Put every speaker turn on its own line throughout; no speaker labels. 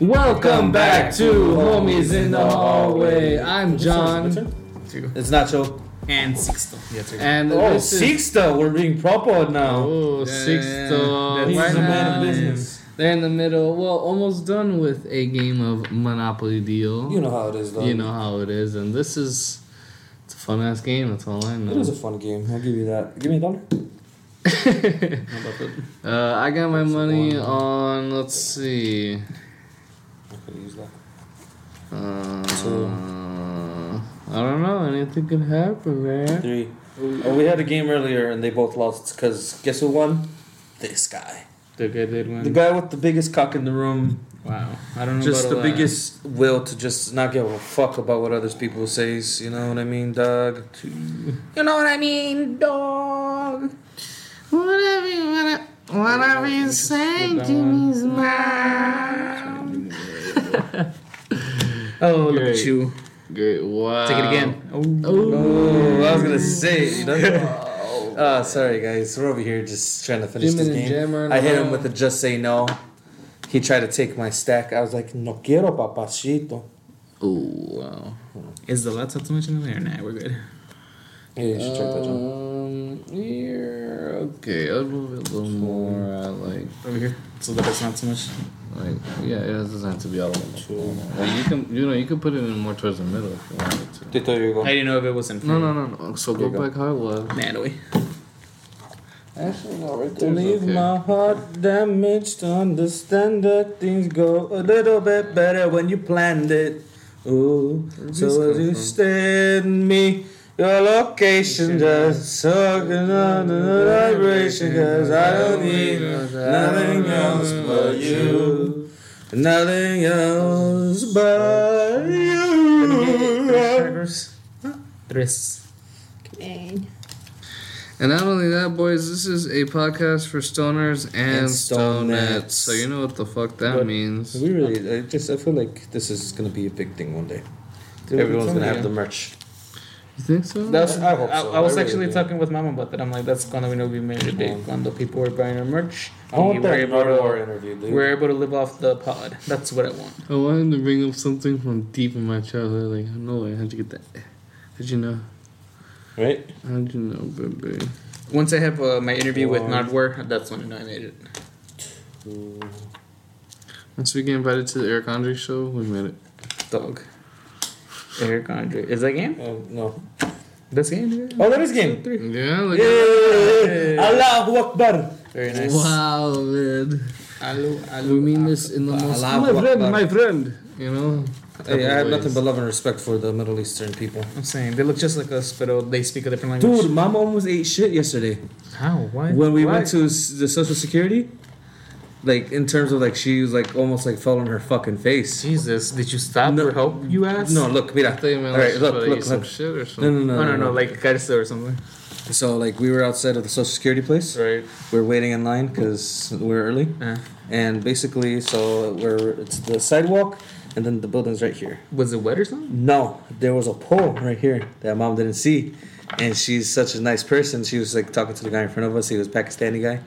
Welcome back to Homies in the Hallway. I'm John
It's Nacho.
and Sixto.
and
Oh,
this is
Sixto, we're being proper now.
Oh, Sixto.
He's
Right
a man
now,
of business.
They're in the middle. Well, almost done with a game of Monopoly Deal.
You know how it is, though.
You know how it is, and this is it's a fun ass game. That's all I know.
It is a fun game. I'll give you that. Give me a dollar.
uh, I got my money
one.
on. Let's see.
I could use that.
Uh, I don't know. Anything could happen, man.
Three. Oh, we had a game earlier and they both lost because guess who won? This guy.
The guy did win.
The guy with the biggest cock in the room.
wow. I don't know.
Just
about
the
all that.
biggest will to just not give a fuck about what others people says. You know what I mean, dog? You know what I mean, dog?
Whatever you wanna, whatever you say to me's mine.
Oh, look
Great.
at you.
Great. Wow.
Take it again.
Oh, I was going to say it, you know? Uh, sorry guys, we're over here just trying to finish
Jim
this
and
game.
Jammer and
I hit him
all.
with the just say no. He tried to take my stack. I was like, no quiero, papacito.
Oh wow.
Is the laptop too much in the way or nah? We're good.
Yeah, you should check
Uh,
that, John.
Um. Here. Okay. I'll move it a little more. I like.
Over here, so that it's not too much.
Like. Yeah. It doesn't have to be all over the floor. Like, you can. You know. You can put it in more towards the middle if you wanted to.
They thought you were
I
going.
didn't know if it was in.
No. No. No. No. So go back high left.
Nah, do we?
Actually, no. Right
To leave my heart damaged, to understand that things go a little bit better when you planned it. Ooh, so as you stand me, your location just sucking on the vibration, cause I don't need nothing else but you. Nothing else but you.
Tres.
And not only that, boys, this is a podcast for stoners and,
And stonettes.
stonettes. So you know what the fuck that
But-
means.
We really, I just, I feel like this is gonna be a big thing one day.
Everyone's gonna have the merch.
You think so?
That's,
I hope
I,
so.
I was
I really
actually
do.
talking with mom about that. I'm like, that's gonna be no be made a day when the people were buying our merch.
I
Oh,
want
we were
that
able
God
to-
of War interview, dude.
We're able to live off the pod. That's what I want.
I wanted to bring up something from deep in my childhood. Like, I know it. How'd you get that? How'd you know?
right?
How'd you know, baby?
Once I have uh, my interview with
One.
Nardware, that's when I made it.
Once we get invited to the Eric Andre show, we made it.
Dog. Eric Andre. Is that game?
Um, no.
That's game?
Oh, that is game.
Three.
Yeah, look
Yeah. Allahu Akbar.
Very
at
nice.
Wow, man.
Alu, alu,
We mean this in the most.
Allah
my friend,
Akbar.
my friend. You know?
Hey, I have
Ways.
nothing but love and respect for the Middle Eastern people.
I'm saying they look just like us, but uh, they speak a different language.
Dude, my mom almost ate shit yesterday
how? Why?
when we
Why?
went to s- the Social Security. Like in terms of like she was like almost like fell on her fucking face.
Jesus, did you stop
No.
or help? You asked.
No, look, mira.
I thought you meant
All right,
like,
look,
somebody
look,
eat some
look.
shit or
No,
something.
no, no,
Oh, no, no, no, like Carso or something.
So like we were outside of the Social Security place.
Right.
We're waiting in line because we're early,
Uh,
and basically, so we're it's the sidewalk, and then the building's right here.
was it wet or something?
No, there was a pole right here that mom didn't see, and she's such a nice person. She was like talking to the guy in front of us. He was Pakistani guy,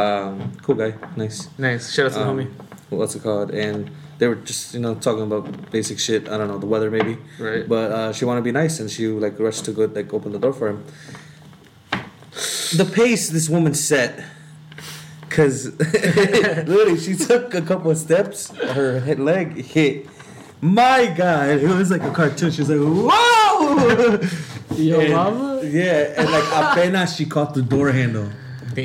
um, cool guy, nice.
Nice. Shout out to
Um,
the homie.
What's it called? And they were just you know talking about basic shit. I don't know the weather maybe.
Right.
But uh, she wanted to be nice, and she like rushed to go like open the door for him. The pace this woman set. Cause literally, she took a couple of steps. Her head leg hit. My God, it was like a cartoon. She was like, "Whoa!"
Yo,
Eh,
And-
mama?
Yeah, and like apenas she caught the door handle.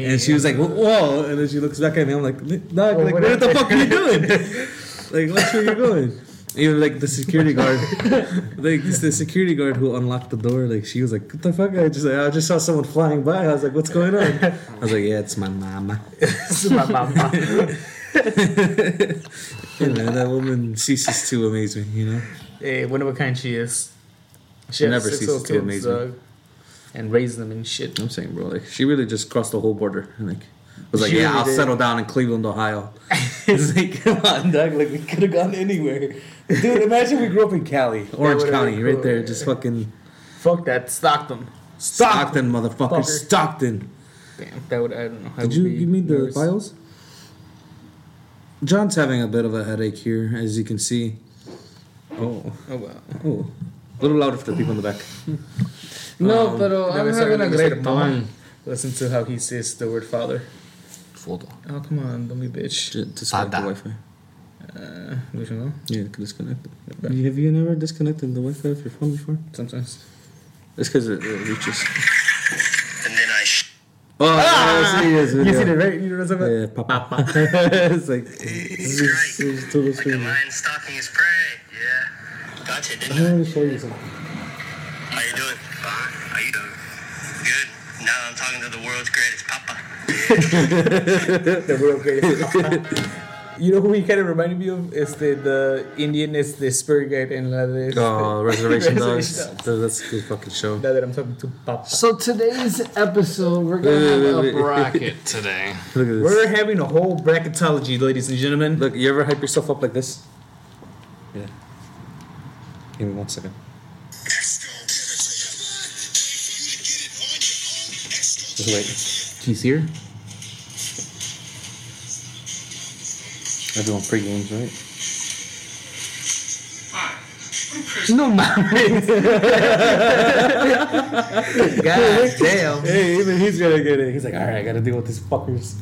And she was like, whoa. And then she looks back at me. I'm like, dog, like,
what
what the
happened?"
fuck are you doing? like, what's where you're going? Even like the security guard, like it's the security guard who unlocked the door. Like she was like, "What the fuck?" I just, I just saw someone flying by. I was like, "What's going on?" I was like, "Yeah, it's my mama."
This is my mama.
You know, that woman ceases to amaze me. You know,
hey, Eh, wonder what kind she is.
She
has
never
six
ceases
little
to
kids,
amaze me.
dog, And raise them and shit.
I'm saying, bro, like she really just crossed the whole border. and, Like, was like,
She
"Yeah,
really
I'll
did.
settle down in Cleveland, Ohio." it's like, come on, dog. Like we could have gone anywhere, dude. Imagine we grew up in Cali, Orange
would've
County,
been
right
cool,
there,
yeah.
just fucking.
Fuck that. Stockton.
Stockton, motherfucker.
Fucker.
Stockton.
Damn, that would I don't know. I
Did
would
you
be
give me the
nervous.
files? John's having a bit of a headache here, as you can see. Oh,
Oh, wow.
oh. A little louder for the people in the back.
No, pero
that
I'm
was
having a
everything
great
except mama.
time.
Listen to how he says the word father.
Fold on.
Oh, come on, don't be a bitch.
J- disconnect the
Pada.
Wi Fi.
Uh, don't you know?
Yeah, you can disconnect it.
Okay.
Have you never disconnected the Wi Fi of your phone before?
Sometimes.
It's because it, it reaches.
And then I sh-
Oh, ah! see this video.
right? You know what I'm
Yeah, Eh, papa. it's like.
It's
This is, this is total
like a
strange.
lion stalking his prey. Yeah. Gotcha, didn't I?
Let me show you something.
How you doing? Fine. How you doing? Good. Now I'm talking to the world's greatest papa.
The real greatest. You know who he kind of reminded me of? It's the, the Indian, it's the spirit guide in La de,
Oh, Reservation
Reservation
Dogs. Dude, That's a good fucking show.
Now that I'm talking to Papa.
So today's episode, we're gonna
Wait, wait,
have
wait,
a
wait.
bracket today.
Look at this.
We're having a whole bracketology, ladies and gentlemen.
Look, you ever hype yourself up like this? Yeah. Give me one second. Just wait.
Do you see her?
Everyone pre games, right?
No mames. God damn.
Hey, even he's gonna get it. He's like, alright, I gotta deal with these fuckers.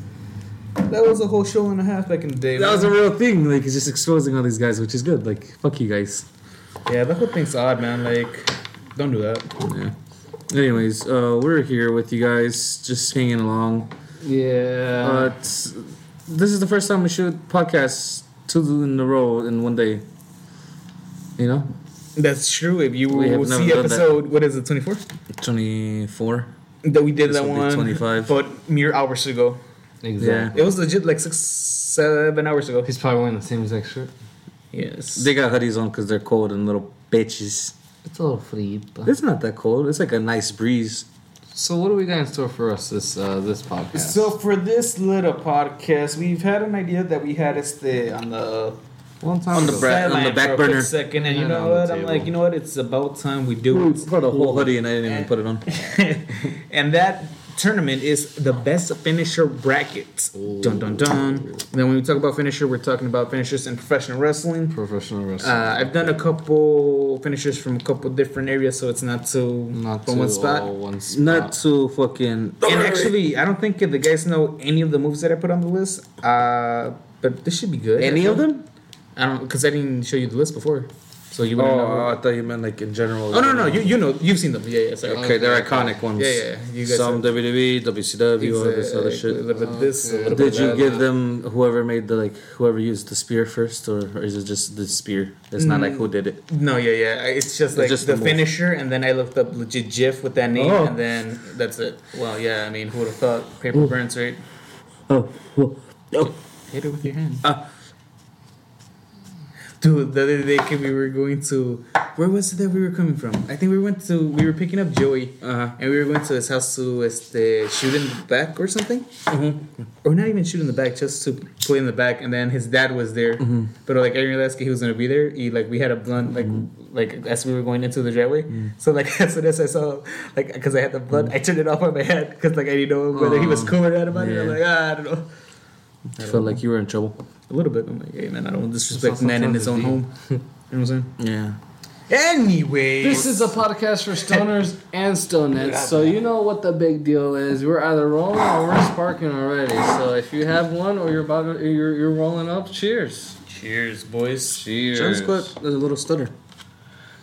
That was a whole show and a half back in the day.
That was a
man.
real thing. Like, he's just exposing all these guys, which is good. Like, fuck you guys.
yeah, that whole thing's odd, man. Like, don't do that.
Yeah. Anyways, uh, we're here with you guys, just hanging along.
Yeah.
Uh, it's, this is the first time we shoot podcasts two in a row in one day. You know,
That's true. If you
We have
will
never
see
done that.
episode, what is it, 24?
twenty four.
That we did
This
that
will be
one.
25.
But mere hours ago.
Yeah,
exactly.
It was legit like six, seven hours ago.
He's probably wearing the same exact shirt.
Yes.
they got hoodies on because they're cold and little bitches.
It's a little free. but-
It's not that cold. It's like a nice breeze.
So what do we got in store for us this uh, this podcast?
So for this little podcast, we've had an idea that we had it's the on the
One time
On the
ago.
bra- on the
sideline
back
for a quick
burner.
second, and you
And
know
on the
what? I'm
table.
like, you know what? It's about time we do
It's
it.
about a whole hoodie and I didn't even put it on.
and that tournament is the best finisher bracket. Dun dun dun. And then when we talk about finisher, we're talking about finishers in professional wrestling.
professional wrestling.
Uh, I've done a couple finishers from a couple different areas, so it's not so
not
from
too
one spot.
all one spot.
Not too fucking.
And actually, I don't think the guys know any of the moves that I put on the list. Uh, but this should be good.
Any of
actually.
them?
I don't, because I didn't show you the list before, so you wouldn't
Oh, uh,
know.
I thought you meant like in general.
Oh no, no, you you know, you've seen them. Yeah, yeah. Sorry.
Okay, they're iconic ones.
Yeah, yeah, you guys
Some E,
have-
WWE, WCW, all this other
Exactly. A
shit.
little bit this. A
Okay.
little bit
Did you
that.
give them whoever made the like whoever used the spear first, or, or is it just the spear? It's not like who did it.
No, yeah, yeah. I- It's just like
just
the
the move.
finisher, and then I looked up legit GIF with that name,
Oh.
and then that's it. Well, yeah. I mean, who would have thought paper burns, right?
Oh, oh, oh.
Hit it with your hand.
Ah.
Dude, the other day kid, we were going to where was it that we were coming from? I think we went to we were picking up Joey
Uh-huh.
and we were going to his house to este, shoot in the back or something, or not even shoot in the back, just to play in the back. And then his dad was there, but like I realized he was gonna be there. He like we had a blunt like like as we were going into the driveway. So like as soon as I saw like because I had the blunt, I turned it off on my head because like I didn't know whether he was
Oh,
cool or not about it. I'm
yeah.
like ah, I don't know.
I felt like you were in trouble.
A little bit. I'm like, hey man, I don't want to disrespect
also
man in his own
sometimes
home. you know what I'm saying?
Yeah.
Anyway,
This is a podcast for stoners and stonettes, so you know what the big deal is. We're either rolling or we're sparking already. So if you have one or you're about to, you're you're rolling up, cheers.
cheers, boys.
Cheers.
John's got a little stutter.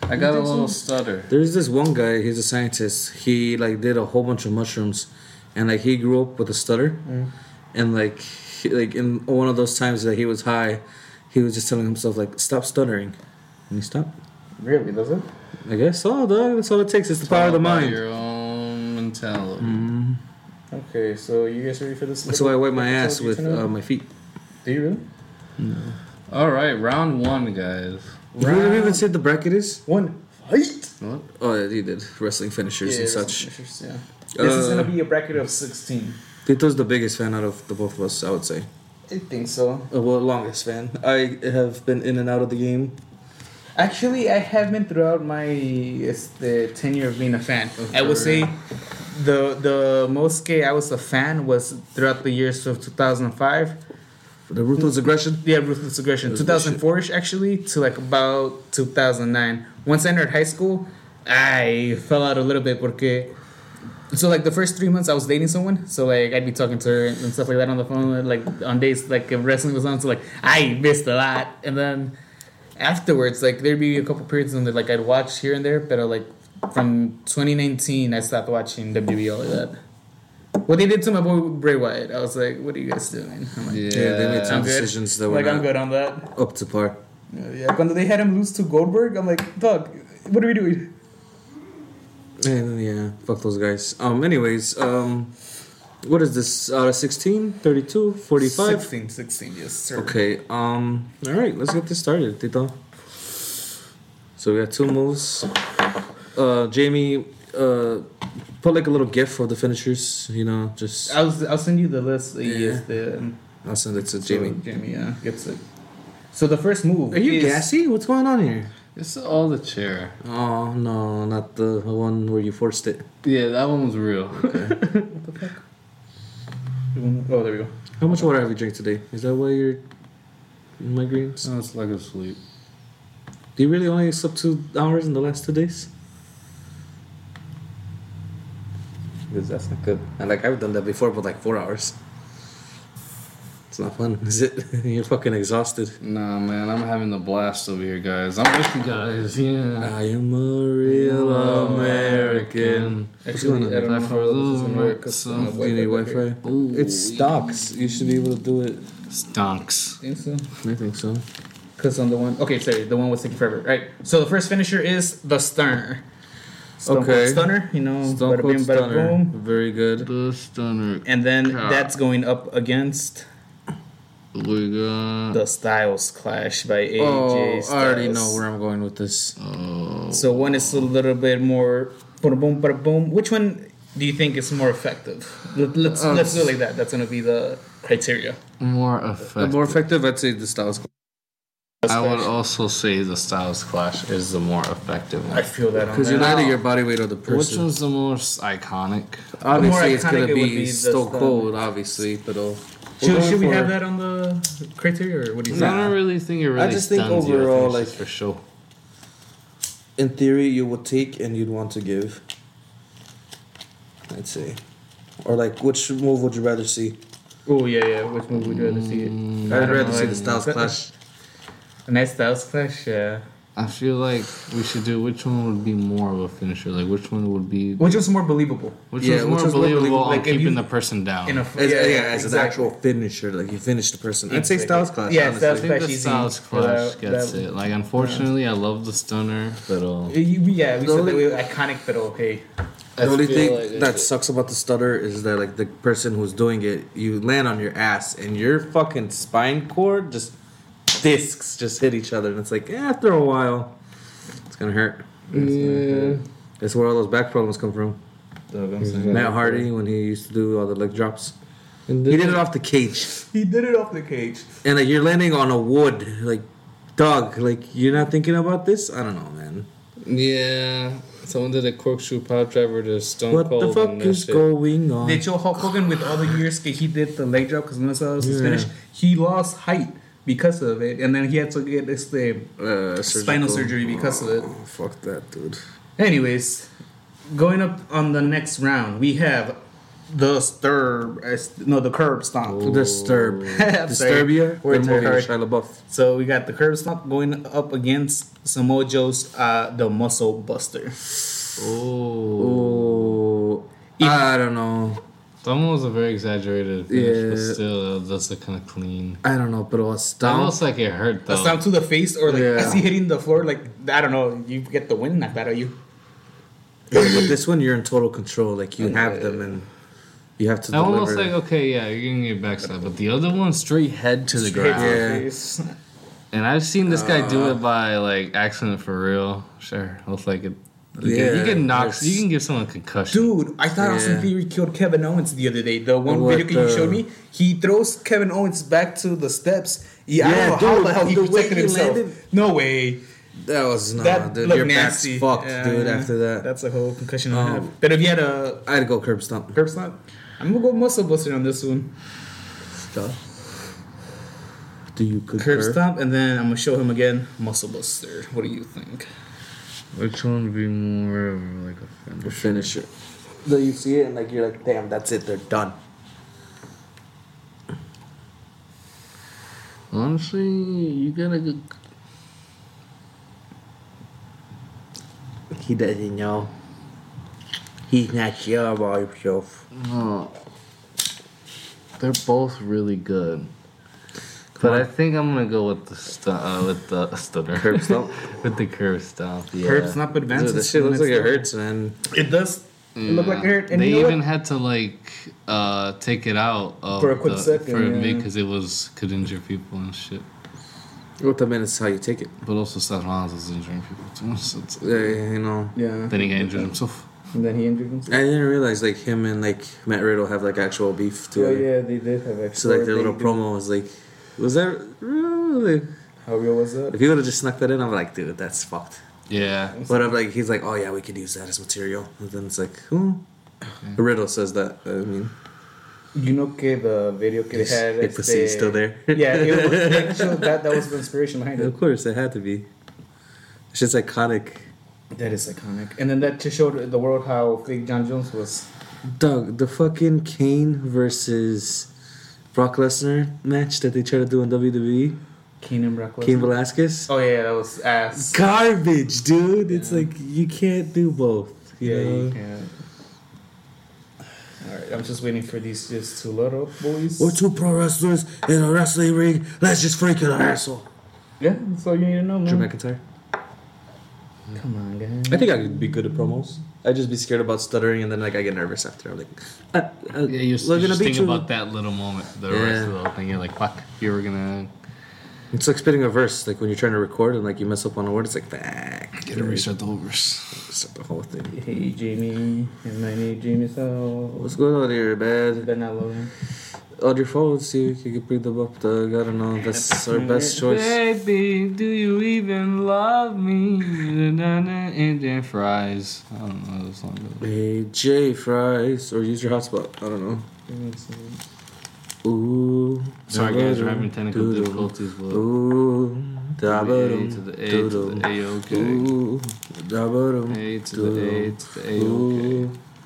I got a little stutter.
There's this one guy. He's a scientist. He like did a whole bunch of mushrooms, and like he grew up with a stutter, and like he, like in one of those times that he was high, he was just telling himself like stop stuttering, and he stopped.
Really, does it?
I guess so, dog. That's all it takes. It's the power of the mind. Mm-hmm.
Your own mentality.
Okay, so you guys ready for this?
That's why I
little
wipe my ass
episode
with
you
uh,
know?
my feet.
Do you really?
All right, round one, guys.
Did you even say the bracket is?
One fight.
What?
Oh, yeah, you did. Wrestling finishers and such.
Yeah. This is gonna
Uh,
be a bracket of sixteen.
Tito's the biggest fan out of the both of us, I would say.
I think so.
Uh, well, longest fan. I have been in and out of the game.
Actually, I have been throughout my it's the tenure of being a fan. I would say the the most gay I was a fan was throughout the years of 2005
the ruthless aggression.
Yeah, Ruthless Aggression. 2004 ish, actually, to like about 2009. Once I entered high school, I fell out a little bit porque. So, like, the first three months I was dating someone. So, like, I'd be talking to her and stuff like that on the phone, like, on days, like, if wrestling was on. So, like, I missed a lot. And then afterwards, like, there'd be a couple periods when, like, I'd watch here and there, but, uh, like, from 2019, I stopped watching WWE all of that. What they did to my boy Bray Wyatt, I was like, what are you guys doing? I'm like,
Yeah, they made some
I'm good.
decisions that were
like, I'm
not
good on that.
up to par.
Uh, yeah, when they had him lose to Goldberg, I'm like, dog, what are we doing?
And yeah, fuck those guys. Um, anyways, um, what is this? Out of 16, 32, 45?
16, 16, yes, sir.
Okay, um, all right, let's get this started, Tito. So we got two moves. Uh, Jamie, uh, put like a little gif of the finishers, you know, just
I'll, I'll send you the list. Yeah.
Yeah.
the, um,
I'll send it to
so
Jamie.
Jamie, yeah, gets it. So the first move.
Are you
is,
gassy? What's going on here?
It's all the chair.
Oh, no, not the one where you forced it.
Yeah, that one was real.
Oh, there we go.
How much water have you drank today? Is that why you're migraines?
Sounds like a sleep.
Do you really only slept two hours in the last two days? Because that's not good. And like I've done that before, but like four hours. It's not fun, is it? You're fucking exhausted.
Nah, man, I'm having the blast over here, guys. I'm with you guys. Yeah.
I am a real American.
Actually,
going
I don't know
on?
how well this is gonna work. 'cause
Do
I'm gonna
Do you need
wipe it back
Wi-Fi?
Ooh.
It stocks. You should be able to do it.
Stonks.
here. Think so?
I think so.
Because on the one, okay, sorry, the one was taking forever. Right. So the first finisher is the stunner. Stone Cold
Okay.
Stunner, you know,
Stone
bada
Cold
bing, bada
Stunner.
boom.
Very good.
The stunner.
And then
God.
that's going up against
We got.
the Styles Clash by AJ
Oh,
Styles.
I already know where I'm going with this.
Oh.
So one is a little bit more boom boom bada boom. Which one do you think is more effective? Let, let's
Um,
let's do it like that. That's gonna be the criteria.
More
The
effective.
more effective, I'd say the Styles.
I would also say the Styles Clash is the more effective
I
one.
feel that on
Because you're
that.
not either your body weight or the person.
Which one's the most iconic?
Obviously, it's
iconic
gonna
it would
be,
be the
Stone
Stone.
Cold, obviously, but oh,
Should, should we have that on the criteria, or what do you
I don't
think?
really think it really.
just think
stuns you. I
overall,
it's
like-
just for show.
In theory, you would take and you'd want to give. I'd say, or like, which move would you rather see?
Oh yeah, yeah. Which one would you rather see? I'd
Mm, I'd rather see the Styles Clash.
A nice Styles Clash. Yeah.
I feel like we should do which one would be more of a finisher. Like which one would be
Which one's more believable?
which
Yeah,
one's
which
more
one's more
believable,
believable?
on
Like, if
keeping
you-
the person down.
In a
As, yeah, as
exactly.
an actual finisher, like you finish the person. I'd say
Exactly.
Styles Clash.
Yeah,
honestly.
I
Styles-
think the
Especially
Styles
the-
Clash
that-
gets
that-
it. Like unfortunately, I love the stunner, but uh,
Uh, you- Yeah,
The
we said that
only-
we were iconic, but okay.
The only
feel
thing
like it's-
that sucks about the stutter is that like the person who's doing it, you land on your ass and your fucking spine cord just discs just hit each other, and it's like eh, after a while, it's gonna hurt.
yeah.
Mm. That's where all those back problems come from. Matt Hardy when he used to do all the leg drops,
And
he did it off the cage,
He did it off the cage.
and like you're landing on a wood, like dog, like you're not thinking about this. I don't know, man.
yeah, someone did a corkscrew pile driver to Stone
What
Cold.
the fuck
and that
is
shit.
going on?
They show Hulk Hogan with all the years that he did the leg drop because no one else was
Yeah.
finished. He lost height because of it, and then he had to get this uh,
Uh, surgical.
spinal surgery because of it.
Oh, fuck that, dude.
Anyways, going up on the next round, we have the stirb, as- no, the curb stomp.
Disturb.
I'm sorry.
Disturbia.
We're
We're
too
moving
hard.
Shia LaBeouf.
So we got the curb stomp going up against Samoa Joe's uh, the muscle buster.
Oh,
Oh, I don't know.
that one was a very exaggerated finish, but
Yeah.
still, uh, that's a kind of clean.
I don't know, but it was
That
down.
looks like it hurt
A
though.
stomp to the face, or like
Yeah.
as he hitting the floor, like I don't know, you get the wind knocked out of you.
But this one, you're in total control. Like you have them, and you have to.
That one looks
deliver.
like okay, yeah, you're getting your backside, but the other one straight head to the ground.
Yeah.
Face.
And I've seen this guy do
Uh.
it by like accident for real. Sure, looks like it. You, can, you
Yeah,
can knock.
there's-
You can give someone a concussion.
Dude, I thought Austin
Yeah.
Theory killed Kevin Owens the other day. The one
What
video you
the-
showed me, he throws Kevin Owens back to the steps. Yeah, I
Yeah,
don't know how
dude,
the hell he
the way
protected
he
himself.
landed-
No way.
that was nah,
That
dude.
looked
Your
nasty.
back's fucked,
Yeah,
dude.
yeah.
After that,
That's a whole concussion and a
Um,
half. But if you had a
I'd go curb stomp.
curb stomp, I'm gonna go muscle buster on this one.
Duh. Do you concur?
Curb stop, and then I'm gonna show him again Muscle Buster. What do you think?
Which one would be more of like a fender?
Finish it.
So you see it and like you're like, damn, that's it, they're done.
Honestly, you gotta go.
He doesn't know. He's not sure about himself.
No. They're both really good. But I think I'm gonna go with the stu- uh, with the stunner curb
stomp?
with the curb stomp. Yeah.
Curb stop advances.
Dude, this shit looks
when
like
it's
it hurts, man.
done. It does. It look like it hurt. And
they
you know
even
what?
had to like uh, take it out of
For a quick
the,
second,
for a bit
yeah.
because it was could injure people and shit.
What the minutes how you take it.
But also Seth Rollins was injuring people too. So it's,
Yeah, you know.
Yeah.
then he got injured himself.
And then he injured himself.
I didn't realize like him and like Matt Riddle have like actual beef
Oh
together.
yeah, they did have extra.
So like their little
they did-
promo was like, was that really?
How real was that?
If you would have just snuck that in, I'm like, dude, that's fucked.
Yeah.
But I'm like, he's like, oh yeah, we could use that as material. And then it's like, who? Riddle says that. I mean,
You know, que the video que they had.
it proceeds
este-
still there.
Yeah, it was the actual- that that was the inspiration behind it.
of course, it had to be. It's just iconic.
That is iconic. And then that just showed the world how fake John Jones was.
Doug, the fucking Kane versus Brock Lesnar match that they tried to do in WWE,
Kane and Brock Lesnar.
Kane Velasquez,
Oh yeah, that was ass.
garbage, dude. It's like you can't do both. You
Yeah,
know?
you can. All right, I'm just waiting for these just two little boys.
We're two pro wrestlers in a wrestling ring. Let's just freak an asshole.
Yeah, that's all you need to know,
Drew
man.
McIntyre.
Come on, guys.
I think I could be good at promos. I'd just be scared about stuttering, and then like I get nervous after. I'm like, uh, uh,
Yeah, you're,
we're
you're
gonna
just
beat
thinking
you.
about that little moment, the
Yeah.
rest of the whole thing. You're like, fuck, you were gonna
It's like spitting a verse. Like when you're trying to record and like you mess up on a word, it's like, fuck.
get to restart the whole verse.
Start the whole thing.
Hey, Jamie. And my name Jamie, so.
What's going on here, man?
Then I love him.
On your phone, see if you can bring them up. Doug. I don't know. That's our best choice.
Baby, do you even love me? Na-na-na, Indian fries. I don't know what the song goes.
Hey, Jay Fries, or use your hotspot. I don't know. Ooh.
Sorry guys, we're having technical
doodle.
difficulties. But
Ooh.
from the A
da-ba-dum,
to the A to
doodle.
the A okay.
Ooh, da-ba-dum,
A to the A
doodle.
to the A okay.
Ooh,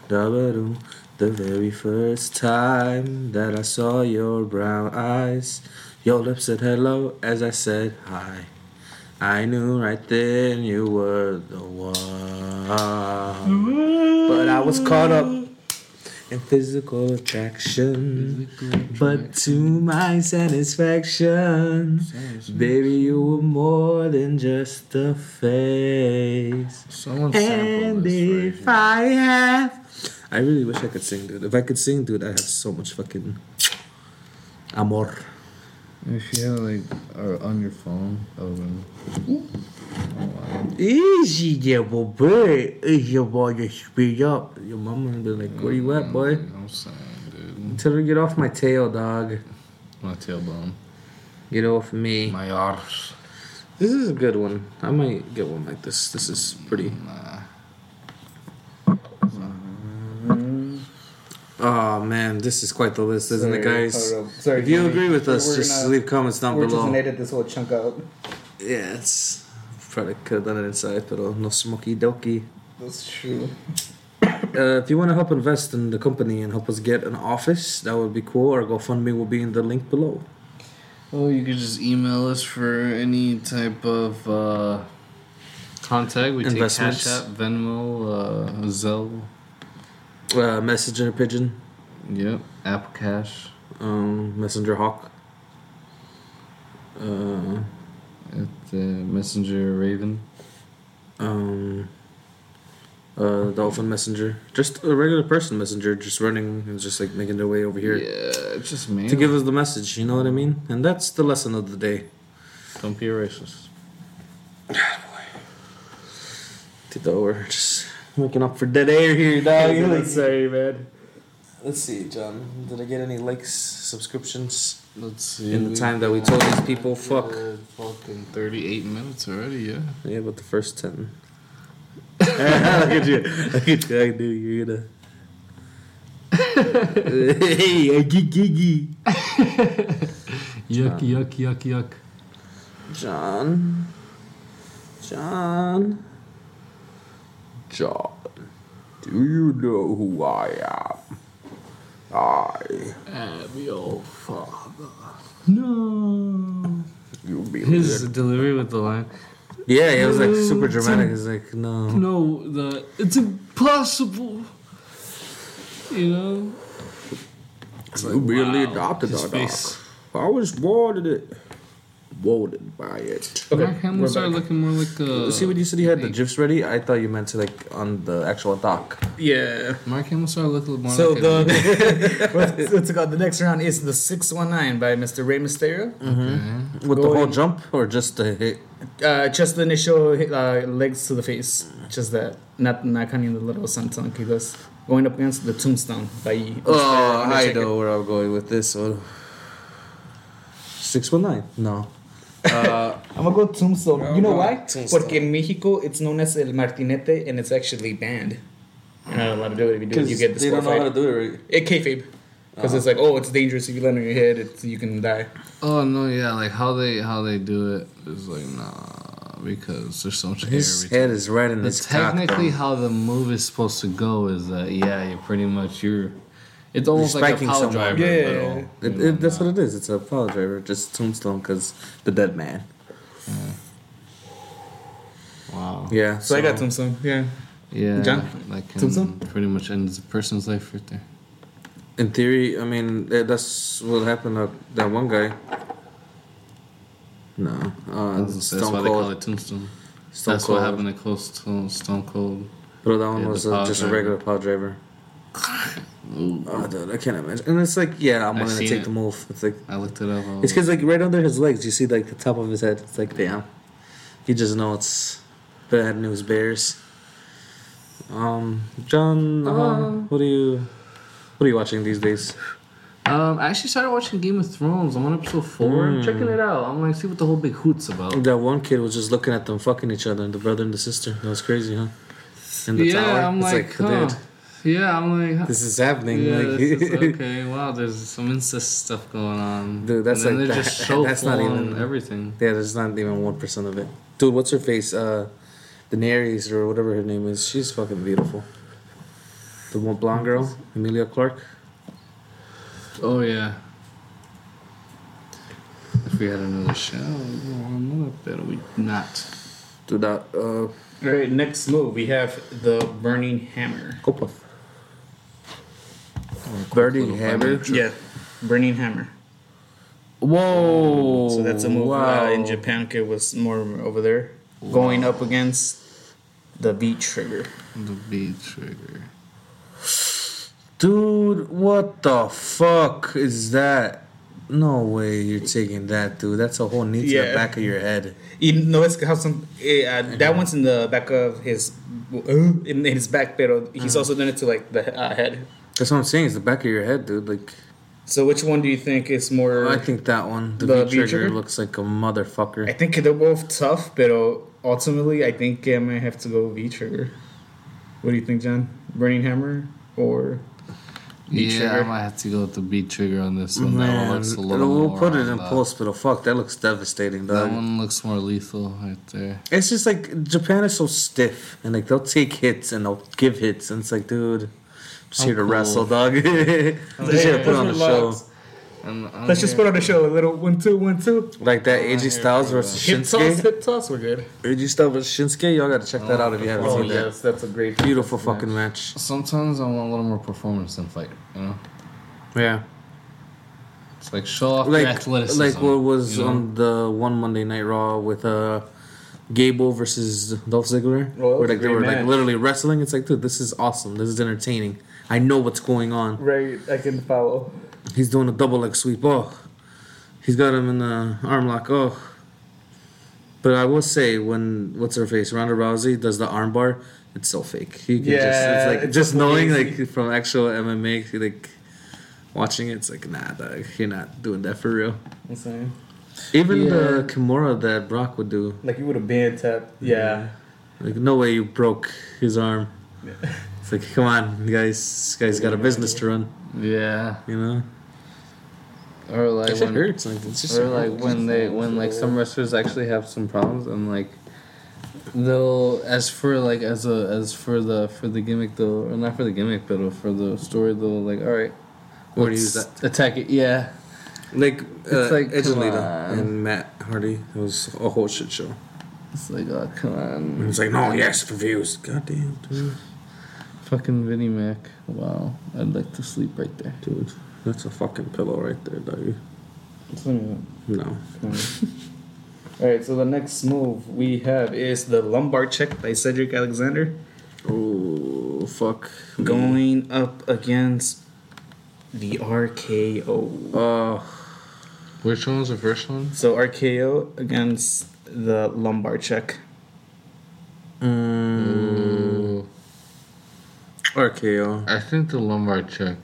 da-ba-dum. The very first time that I saw your brown eyes, your lips said hello as I said hi. I knew right then you were the one. But I was caught up in physical attraction. But to my satisfaction, baby, you were more than just a face.
Someone sampled
And
this
if
version.
I have. I really wish I could sing, dude. If I could sing, dude, I have so much fucking amor.
If you had like or on your phone, that would
Easy there, boy. boy. Easy, your boy. You speed up. Your mama would be like, where you at, boy?
I'm saying, dude.
Tell her get off my tail, dog.
My tailbone.
Get off me.
My arse.
This is a good one. I might get one like this. This is pretty.
Nah.
Oh man, this is quite the list, isn't it,
Sorry,
guys?
hold up. Sorry,
if you
Jimmy.
agree with
We're-
us,
we're
just
gonna-
leave comments down
We're just
below.
gonna edit this whole chunk out.
Yeah, it's probably could have done it inside, but oh, no smoky dokie.
That's true.
Uh, if you want to help invest in the company and help us get an office, that would be cool. Our GoFundMe will be in the link below.
Oh, you could just email us for any type of uh, contact. We take
Investments.
Cash App, Venmo, uh, Zelle,
Uh, Messenger Pigeon,
yep, Apple Cash.
um, Messenger Hawk. Uh,
At the Messenger Raven.
um, uh, Dolphin Messenger, just a regular person messenger, just running and just like making their way over here
Yeah, it's just me.
to give us the message. You know what I mean? And that's the lesson of the day.
Don't be a racist.
Tito, we're just making up for dead air here, dog. You're like-
Sorry, man.
Let's see, John. Did I get any likes, subscriptions
Let's see.
in the time that we told these people? Fuck.
Uh, Fucking 38 minutes already, yeah.
Yeah, but the first ten. Look at you. Look at you. I knew you're gonna. hey, I get giggy.
Yuck, yuck, yuck, yuck.
John. John. John. Do you know who I am? I.
Ah,
No.
You be
His delivery with the line.
Yeah, it was like super dramatic. It's like no.
No, the it's impossible. You know?
You really
Wow,
adopted
his
our
face.
dog. I was born in it. Molded by it.
Okay,
Mark Hamill
we're
started
back.
looking more like a.
See when you said you had the gifs ready, I thought you meant to like on the actual dock.
Yeah.
Mark Hamill started looking more
So
like a.
the what's, what's it called? The next round is the six one nine by Mr. Rey Mysterio.
With the whole
Going-
jump or just the hit?
Uh, just the initial uh, legs to the face, just that. Not not counting the little something he does. Going up against the tombstone by.
Oh, I
Undertaker.
know where I'm going with this one. Six one nine. No.
I'm gonna go tombstone. you know why?
Oh, Tombstone.
Porque in Mexico it's known as el martinete and it's actually banned. You're not allowed to do it. If you do it, you get
they don't know how to
disqualified.
do it right.
It Eh, kayfabe. Because it's like, oh, it's dangerous if you land on your head, it's, you can die.
oh no, yeah, like how they how they do it is like nah, because there's so much
His
air.
head is right in
That's
his cock.
technically
bro.
how the move is supposed to go. Is that yeah? You're pretty much you're. It's almost like a
spiking
power
someone.
driver.
Yeah.
but all-
It, it, that's what it is. It's a power driver, just tombstone, cause the dead man.
Wow.
Yeah.
So, I got tombstone. Yeah.
Yeah.
John?
That can
Thompson?
pretty much ends a person's life right there.
In theory, I mean eh, that's what happened to that one guy. No, uh,
That's,
Stone
that's why
Cold.
they call it tombstone.
Stone
that's
Cold.
what happened to close to Stone Cold.
But that one
Yeah,
was
the
uh,
power
just a
driver.
regular power driver. oh, dude, I can't imagine. And it's like, yeah, I'm
I've
willing to
seen
take
it.
the move. It's like
I looked it up. I
it's
was-
because like right under his legs, you see like the top of his head. It's like, damn, you just know it's bad news bears. Um, John, uh, what are you, what are you watching these days?
Um, I actually started watching Game of Thrones. I'm on episode four.
Hmm.
I'm checking it out. I'm like, see what the whole big hoot's about.
That one kid was just looking at them fucking each other, the brother and the sister. That was crazy, huh? In the
yeah,
tower,
I'm
it's
like,
like,
huh.
dude,
Yeah, I'm like,
this is happening.
yeah,
like,
this is okay. Wow, there's some incest stuff going on.
Dude, that's
and then
like that-
they're just so
that's not
full on
even-
everything.
Yeah, there's not even one percent of it. Dude, what's her face? Uh, Daenerys or whatever her name is. She's fucking beautiful. The one blonde girl, Amelia Clark.
Oh yeah. If we had another show, another better we not.
Dude, that uh,
All right, next move we have the burning hammer.
Kopa. Birdie Hammer.
Yeah, burning hammer.
Whoa!
So that's a move uh, in Japan. Okay, was more over there. Going up against the beat trigger.
The B trigger.
Dude, what the fuck is that? No way you're taking that, dude. That's a whole knee to the
Yeah.
back of your head.
You know, it's how some eh, uh, that one's in the back of his uh, in his back, but he's also done it to like the uh, head.
That's what I'm saying. It's the back of your head, dude. Like,
So which one do you think is more?
I think that one, the,
Uh, The
V
V
trigger,
trigger?
looks like a motherfucker.
I think they're both tough, but uh, ultimately, I think I might have to go V trigger. What do you think, John? Burning hammer or B
yeah, I
trigger.
might have to go with the B trigger on this one. that
Man,
one looks a
and
little
we'll
more
put it
on
in
the-
post, uh, but oh, fuck, that looks devastating,
That
dog.
one looks more lethal right there.
It's just like Japan is so stiff, and like they'll take hits and they'll give hits, and it's like, dude, I'm just here to
cool.
wrestle, dog. just here to put on a show.
And I'm
Let's just
here-
put on the show a little one two one two.
Like that AJ Styles versus
Hip toss,
Shinsuke.
hip toss, we're good.
AJ Styles versus Shinsuke, y'all gotta check that out if you haven't
Oh,
seen that.
that's a great.
Beautiful fucking match.
Sometimes I want a little more performance than fight. You know,
Yeah.
it's like show off your
Like,
athleticism.
like what was um,
you know?
on the one Monday Night Raw with uh, Gable versus Dolph Ziggler,
Well, Oh, that was
where
a
like they
great
were like
match.
literally wrestling. It's like, dude, this is awesome. This is entertaining. I know what's going on.
Right, I can follow.
He's doing a double leg sweep. Oh, he's got him in the arm lock. Oh, but I will say when what's her face Ronda Rousey does the arm bar, it's so fake. You can just
Yeah,
it's like
it's
just
so
knowing
lazy.
like from actual MMA like watching it, it's like nah, dog, you're not doing that for real.
Insane.
Even
Yeah.
the Kimura that Brock would do,
Like you would have been tapped. Yeah.
like no way you broke his arm. It's like come on, guys, this guy's got a business to run,
yeah,
you know.
or like
That shit
when,
hurts. Like, it's just
or like when they when like some wrestlers actually have some problems and like they'll as for like as a as for the for the gimmick though or not for the gimmick but for the story though like all right
Where do you
let's
use
attack it yeah
like, uh,
like,
Edge and
come
Lita
on.
and Matt Hardy. It was a whole shit show.
it's like oh come
It
on
was like, no, yes, for views. Goddamn, dude.
fucking Vinnie Mac wow I'd like to sleep right there
Dude, that's a fucking pillow right there, doggy. No.
All right, so the next move we have is the lumbar check by Cedric Alexander
Oh, fuck.
going up against the RKO.
Oh,
which one was the first one
So RKO against the lumbar check.
Mm. RKO.
I think the lumbar check.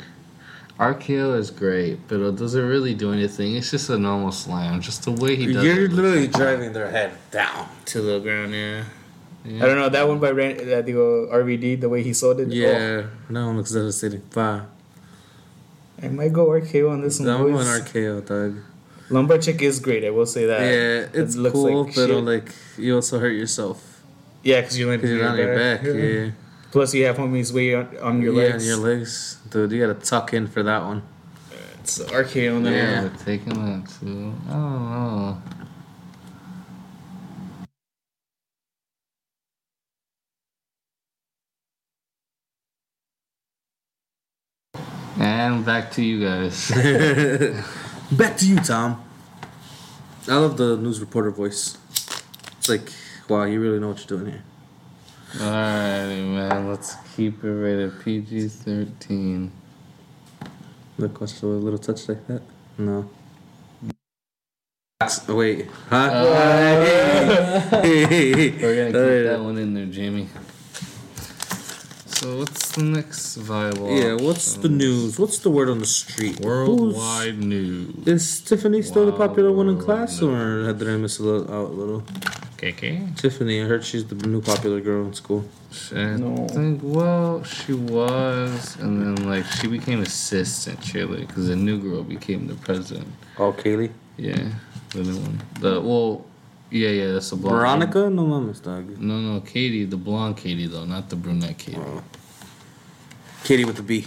RKO is great, but it doesn't really do anything. It's just a normal slam. Just the way he does
You're
it.
literally driving their head down.
To the ground, yeah.
Yeah.
I don't know that one by Ran- uh, the uh, RVD the way he sold it.
Yeah, no one looks devastating. Five.
oh, I might go RKO on this one.
That one
boys.
RKO, dog.
lumbar check is great. I will say that.
yeah,
It
it's
looks
cool,
like
but uh,
shit.
like you also hurt yourself
yeah, because you landed
because you're on your back. Yeah,
Plus, you have homies way on, on your
yeah, and
legs.
your legs, dude. You gotta tuck in for that one.
It's RKO on the
Yeah.
Yeah, taking that too. I don't know. And back to you guys.
Back to you, Tom. I love the news reporter voice. It's like, wow, you really know what you're doing here.
Alrighty, man. Let's keep it rated PG 13.
Look, what's the little touch like that? No. Oh, wait, huh? hey, hey, hey, hey.
We're gonna Oh, keep
Alright.
that one in there, Jamie. So what's the next viable?
Yeah, what's the news? What's the word on the street? Who's-
worldwide news?
Is Tiffany still the popular one in
Wow,
class, or did I miss a little, out a little?
KK.
Tiffany, I heard she's the new popular girl in school.
I
No.
think well she was, and then like she became assistant cheerleader because the new girl became the president.
Oh, Kaylee.
Yeah, the new one. The well, yeah, yeah, that's the blonde.
Veronica? No, mama's dog.
No, no, Katie, the blonde Katie though, not the brunette Katie.
Katie with the B.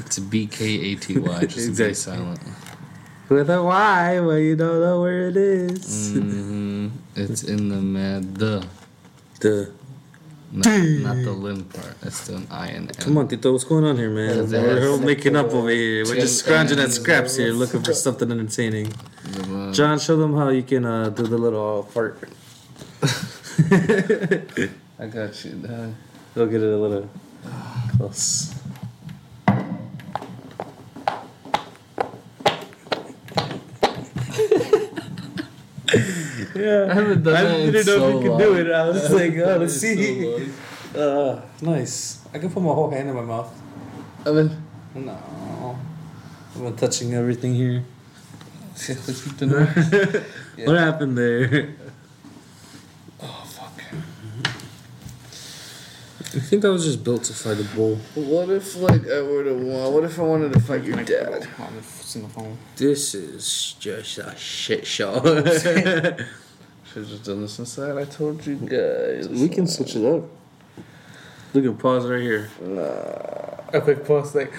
It's B K A T Y. Just to
Exactly.
be silent.
With a Y, well, you don't know where it is.
hmm It's in the mad the.
Duh.
Not, not the limb part. That's still an I and N.
Come on, Tito, what's going on here, man?
Yeah,
We're all
that's-
making up over here. We're just
Yeah,
scrounging
and-
at scraps here, looking for something entertaining.
The one-
John, show them how you can uh, do the little uh, fart.
I got you. dog.
They'll get it a little close.
I haven't done that in so long.
it. I was like, oh, let's
So long.
Uh, nice. I can put my whole hand in my mouth.
I mean,
No. I've been touching everything here. What happened there?
oh fuck.
I think I was just built to fight a bull.
What if like I were to want? What if I wanted to fight your dad?
On the, it's in the phone.
This is just a shit show.
Should have just done this inside. I told you guys.
we can switch it up. Look at pause right here.
A quick pause, like,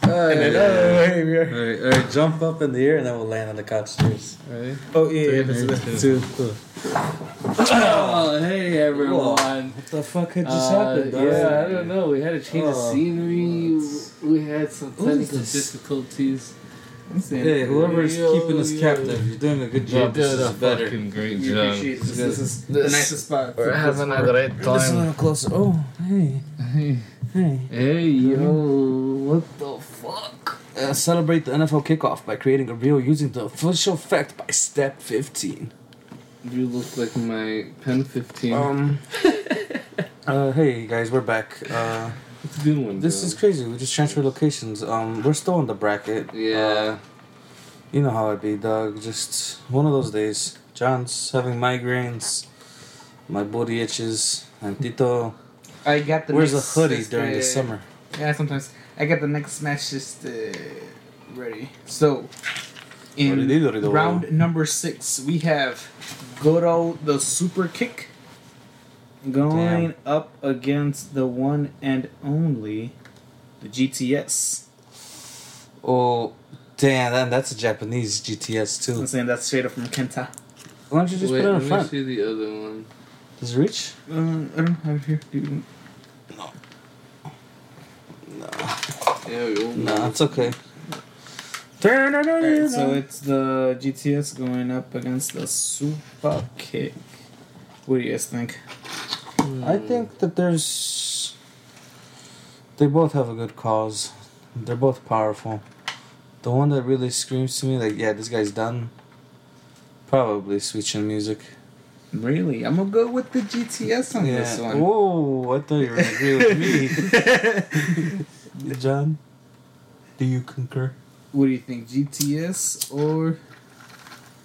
and then, oh, here we are.
Alright, alright, jump up in the air and then we'll land on the couch. Cheers.
Ready?
Oh yeah, yeah, that's, that's,
Two, four.
Oh hey everyone.
What the fuck had just
Uh,
happened? dog?
yeah, I don't know. We had a change of
Oh.
scenery. We had some technical
this?
difficulties.
Hey, whoever's
Yo,
keeping us
yo.
captive, you're doing a good job. This is better.
great
we appreciate this. This is the
This-
nicest spot.
We're
for-
having a great
Just a
time.
little closer. Oh, hey,
Hey,
hey.
hey, yo, what the fuck?
Uh, celebrate the NFL kickoff by creating a reel using the official fact by step 15.
You look like my pen 15.
Um. uh, hey guys, we're back. Uh,
What's doing, one.
this is crazy. We just transferred locations. Um, we're still in the bracket. Uh,
Yeah.
you know how it be, dog. Just one of those days. John's having migraines. My body itches. And Tito
I got the.
wears a
mix
hoodie
this
during the
day.
summer.
uh, Yeah, sometimes I got the next match just uh, ready. So, in
Ready-do-do-do.
round number six, we have Goro the Super Kick going up against the one and only the GTS.
Oh, damn! That, that's a Japanese GTS
I'm
too.
saying that's straight up from Kenta.
Why don't you just
Wait,
put it
let
in
me
front?
see the other one.
Does it reach?
Uh, I don't have it here. Do you-
Yeah, we won't
No,
know.
it's okay.
Alright, so it's the GTS going up against the Super Kick. What do you guys think?
I think that there's. They both have a good cause. They're both powerful. The one that really screams to me, like, yeah, this guy's done. Probably switching music.
Really? I'm gonna go with the GTS on
Yeah.
this one.
Whoa! I thought you were gonna agree with me, John. Do you concur?
What do you think, GTS or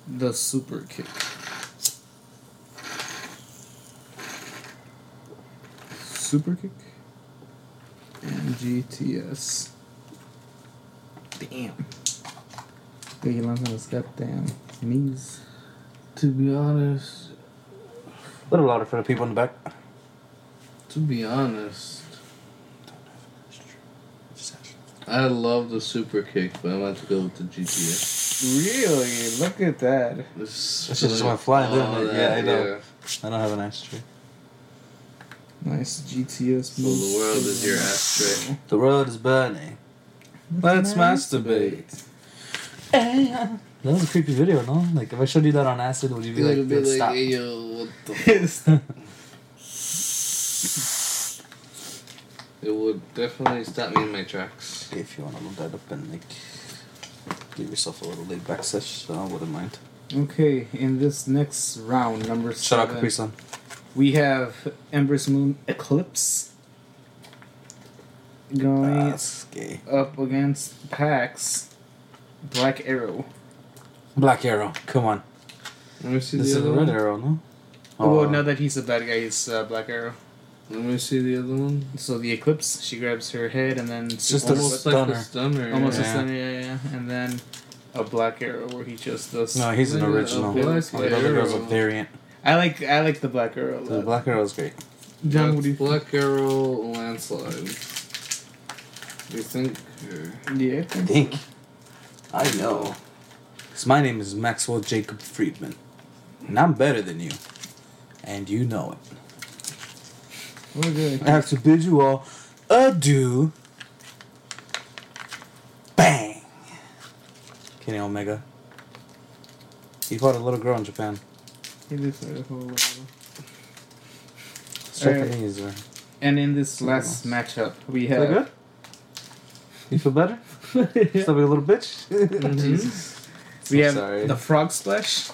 the Super Kick? Super Kick and GTS. Damn. Big Elon's on his goddamn knees.
To be honest,
A little louder for the people in the back.
to be honest, I love the super kick, but I'm about to go with the GTS.
Really? Look at that.
This
That shit just went flying, didn't
all
it?
that,
Yeah, I know. I don't have an ashtray.
Nice GTS
Well, the
move.
world is your ashtray.
The road is burning. Let's masturbate. That was a creepy video, no? Like, if I showed you that on acid, would you be like,
It'll be
"Dude,
like,
stop?
hey, yo, what the? It would definitely stop me in my tracks.
If you want to look that up and, like, give yourself a little laid back sesh, uh, I wouldn't mind.
Okay, in this next round, number
Shout out
seven,
Capri Sun.
we have Ember's Moon Eclipse going
That's gay.
up against Pax Black Arrow.
Black Arrow, come on.
Let me see
This is
the
a
other
red
one.
arrow, no?
Oh,
Oh,
well, now that he's a bad guy, he's uh, Black Arrow.
Let me see the other one.
So the Eclipse, she grabs her head and then
It's just a
Almost like
stunner.
a stunner.
almost
yeah.
a stunner, yeah, yeah, yeah. and then a Black Arrow where he just does.
No, he's an
Look at that,
original.
a
The
black
other girl's a
arrow.
variant.
I like I like the Black Arrow. a
The
lot.
Black Arrow's great.
John, what do you
That's Black Arrow landslide. You think? or-
Yeah, I think so.
think. I know. Because my name is Maxwell Jacob Friedman. And I'm better than you. And you know it.
We're good.
I have to bid you all adieu. Bang! Kenny Omega. He fought a little girl in Japan.
He did say the whole lot.
Straight
Alright.
Japanese, uh,
And in this last matchup, we have.
good? You feel better? Still be a little bitch?
We
I'm
have
mm-hmm. sorry.
the frog splash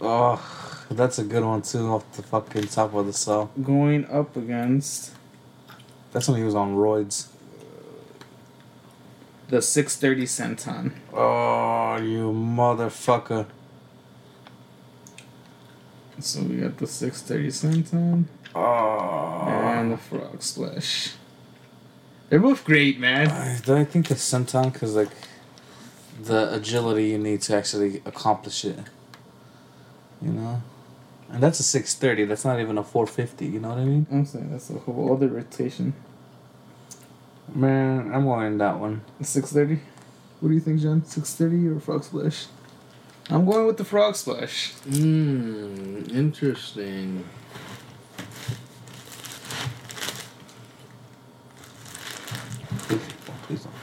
oh, that's a good one too, off the fucking top of the cell.
going up against
That's when he was on roids.
the 630 centon.
Oh, you motherfucker.
So we got the 630 centon
Oh.
and the frog splash. They're both great, man.
I, I think the senton, because, like, the agility you need to actually accomplish it. You know? And that's a 630. That's not even a 450. You know what I mean?
I'm saying that's a whole other rotation.
Man, I'm wearing that one.
630. What do you think, John? 630 or frog splash? I'm going with the frog splash.
Hmm. Interesting.
Please don't fall, please don't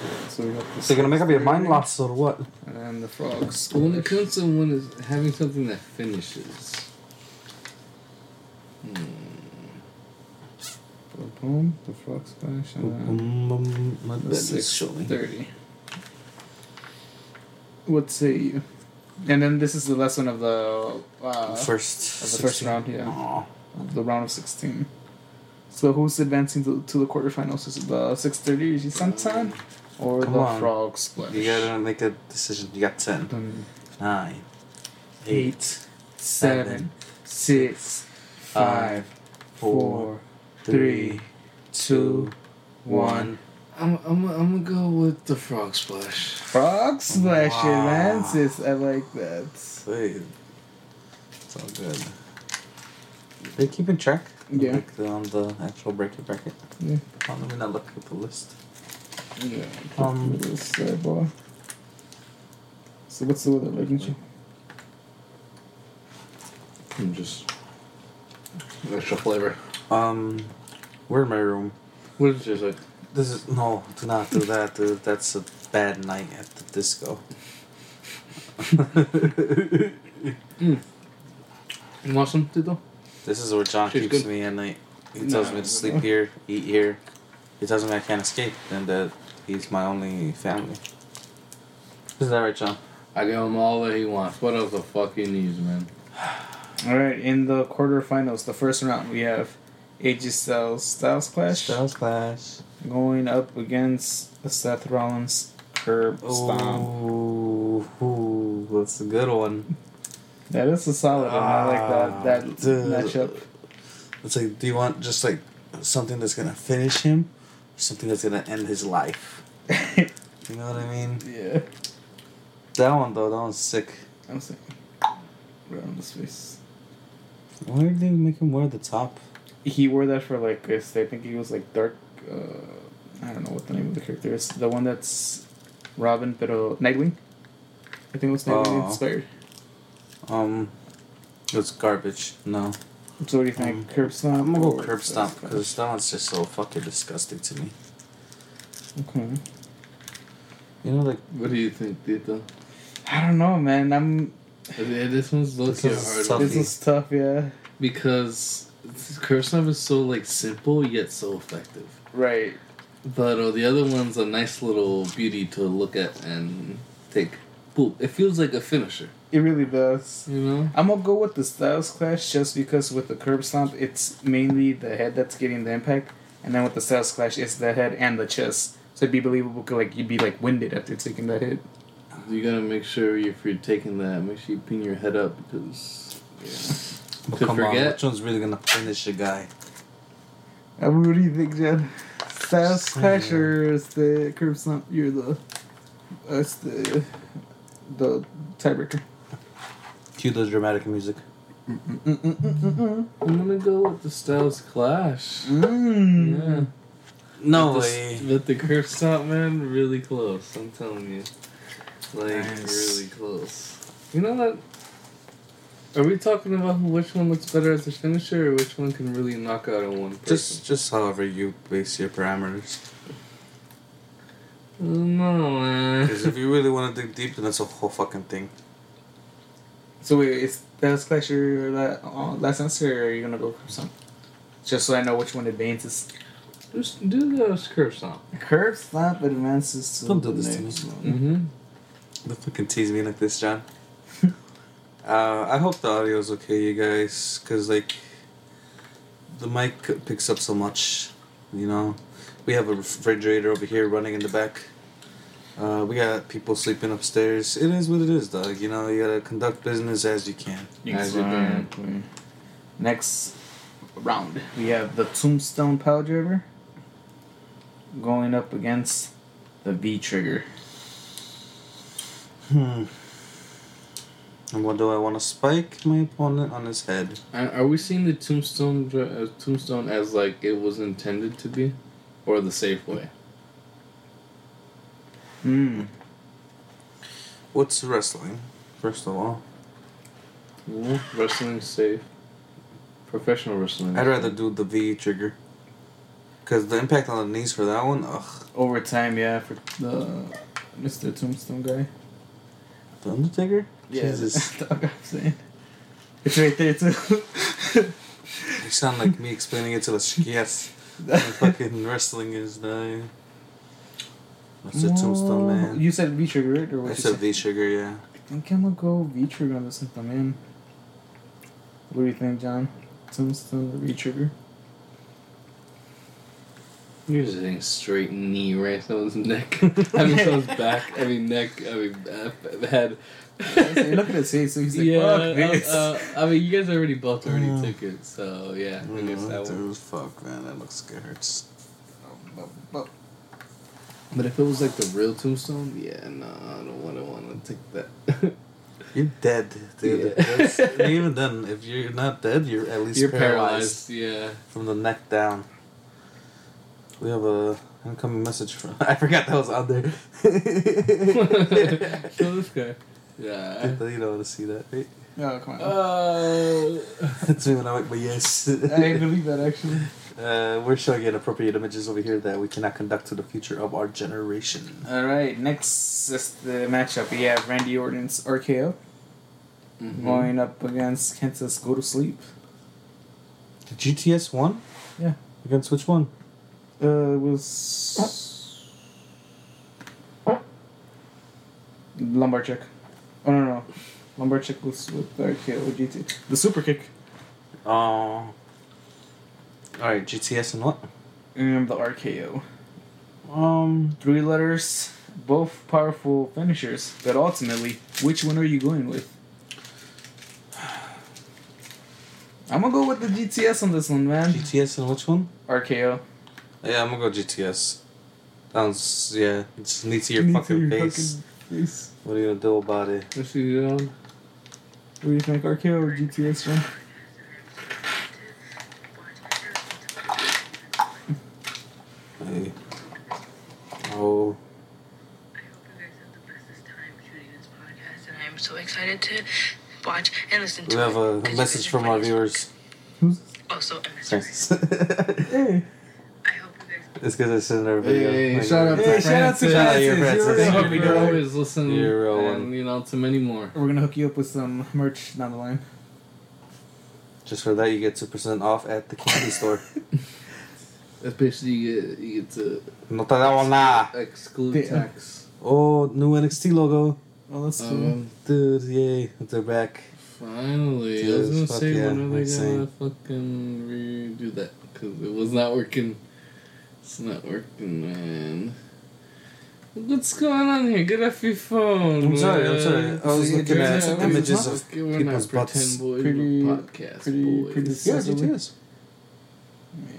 fall.
So we got the
So you're going to make up your mind
630
lots or what?
And the frog
But when it
splash.
comes to when is having something that finishes,
Boom, the frog splash. And then
My
The
bed is
six
showing.
thirty. What say you? And then this is the last one of the uh,
First.
of the first
16.
round, yeah.
Aw.
of the round of sixteen. So who's advancing to, to the quarterfinals? Is it the six thirty sometime or
Come
the
on.
frog splash?
You gotta make a decision. You got 10.
Dun-
nine, eight,
Seven, six,
five,
five,
four, three, two, one.
I'm, I'm, I'm gonna go with the frog splash.
Frog splash and Lances. I like that.
Wait. It's all good.
They're keeping track.
Yeah.
Like, on the actual bracket bracket.
Yeah.
Oh, let me not look at the list.
Yeah.
Um,
So what's the other relationship?
I'm Hmm, just extra flavor.
um, we're in my room.
What did you say?
This is no, do not do that, dude. That's a bad night at the disco.
You want some, Tito?
This is where John
She's
keeps
good.
me at night. He tells me to sleep here, eat here. He tells me I can't escape, and that he's my only family. Is that right, John?
I give him all that he wants. What else the fuck he needs, man?
All right, in the quarterfinals, the first round, we have AJ Styles Styles Clash
Styles Clash.
going up against Seth Rollins Curb Stomp.
Ooh, ooh, that's a good one.
That is a solid one. I like that that
Ah, dude.
matchup.
It's like, do you want just like something that's gonna finish him, or something that's gonna end his life? you know what I mean?
Yeah,
That one though, that one's sick.
I'm saying. Around his face.
Why did they make him wear the top?
He wore that for like this. I think he was like dark. Uh, I don't know what the name of the character is. The one that's Robin, pero Nightwing. I think it was Nightwing
Oh.
inspired.
Um, it's garbage. No,
So what do you think?
Um,
curb stomp.
I'm gonna go
or
curb
Styles
stomp
Clash?
because that one's just so fucking disgusting to me.
Okay.
You know, like
What do you think, Tito?
I don't know, man. I'm.
Yeah, Uh, this one's low key a
This is
hard
tough.
one
This is tough, yeah.
because curve stomp is so like simple yet so effective.
Right.
But uh, the other one's a nice little beauty to look at and take. Boop. It feels like a finisher,
It really does.
you know?
I'm gonna go with the Styles Clash just because with the curb stomp, it's mainly the head that's getting the impact, and then with the Styles Clash, it's the head and the chest. So it'd be believable, 'cause, like you'd be like winded after taking that hit.
You gotta make sure if you're taking that, make sure you pin your head up because.
but
To
oh, come on,
forget?
which one's really gonna finish a guy?
Um, what do you think, Jen? Styles
Clash
or the curb stomp? You're the. That's the. The tiebreaker.
Cue the dramatic music.
I'm gonna go with the Styles Clash.
Mm.
Yeah.
Mm-hmm. No
But the, but the curve stop, man, really close. I'm telling you, like
Nice.
really close. You know that? Are we talking about who- which one looks better as a finisher, or which one can really knock out on one person?
Just, just however you base your parameters.
no, man.
Because if you really want to dig deep, then that's a whole fucking thing.
So wait, is Styles Clash your la- uh, last answer, or are you gonna go curb stomp? Just so I know which one advances.
Just do the curve stop.
Curb slap advances to
Don't
the
do this to
next
me.
one.
Mm-hmm.
Don't fucking tease me like this, John. uh, I hope the audio is okay, you guys, because like the mic picks up so much. You know, we have a refrigerator over here running in the back. Uh, we got people sleeping upstairs. It is what it is, dog. You know, you gotta conduct business as you can.
Exactly. Next round, we have the Tombstone Power Driver going up against the V Trigger.
Hmm. And what do I want to spike my opponent on his head?
Are are we seeing the tombstone dra- uh, tombstone as like it was intended to be, or the safe way?
Hmm.
What's wrestling? First of all,
Wrestling Wrestling's safe. Professional wrestling.
I'd rather do the V trigger. Cause the impact on the knees for that one, ugh.
Overtime, yeah, for the Mr. Tombstone guy.
The Undertaker. Jesus,
That's what I'm saying. It's right there too.
you sound like me explaining it to the chiquias. What fucking wrestling is dying. That's a tombstone man.
You said V Trigger, right? Or what
I
you
said
said?
V trigger, yeah.
I think I'm gonna go V-Trigger on this one, though, man. What do you think, John? Tombstone or V-Trigger?
You're just hitting straight knee right someone's neck. I mean someone's back. I mean neck. I mean uh, head.
You're looking at Steve, so he's like,
yeah,
fuck this.
uh, uh, I mean you guys already both already took it, so yeah. I guess that one.
Dude, fuck, man, that looks good. Hurts.
But if it was like the real tombstone, yeah, no, I don't want to want to take that.
You're dead, dude. That's- and even then, if you're not dead, you're at least
You're
paralyzed,
paralyzed. Yeah.
from the neck down. We have a incoming message from. I forgot that was out there.
Kill this guy. Yeah.
you don't want to see that, right?
No, Oh, come on.
Uh,
That's me when I make my yes.
I believe that actually.
Uh, we're showing inappropriate images over here that we cannot conduct to the future of our generation.
All right, next is the matchup. We have Randy Orton's RKO
Mm-hmm.
going up against Kansas Go to Sleep.
The GTS one?
Yeah.
Against which one?
Uh, it was lumbar check. Oh no no, lumbar check was with the RKO with GT. The super kick
Oh. all right, GTS and what?
and the RKO.
Um,
Three letters, both powerful finishers, but ultimately, which one are you going with? I'm gonna go with the GTS on this one, man.
GTS and which one?
RKO.
Yeah, I'm gonna go GTS. Sounds yeah. It's neat to your fucking face. What are you gonna do about it?
what's he doing?
What do you think, RKO or GTS, John?
Hey. Oh,
I am so excited to watch and listen
we
to
have a message from our viewers.
Also, I'm sorry.
it's because
I hope you guys
I sent our video.
Hey,
Like,
shout out to
shout out to
Francis.
Shout out to your
Francis,
Francis.
you're
Thank
right.
you for always listening,
You're a real
and
one.
you know, to many more.
We're gonna hook you up with some merch down the line.
Just for that, you get two percent off at the candy store.
Especially you get you get to
No te damos nada.
exclude
Yeah.
tax.
Oh, new NXT logo.
Oh, that's cool.
Um,
Dude, yay, they're back.
finally, I
Dude,
was gonna
fuck
say
yeah,
when are they gonna
insane.
fucking redo that? Cause it was not working. It's not working, man. What's going on here? Get off your phone.
I'm sorry, I'm
man.
sorry. I was
See,
looking
there's
at
no-
images of
Okay, we're
people's
not pretend
butts.
Boys,
Pretty-
we're podcast
pretty-
boys.
pretty
Yeah,
Excellent.
GTS.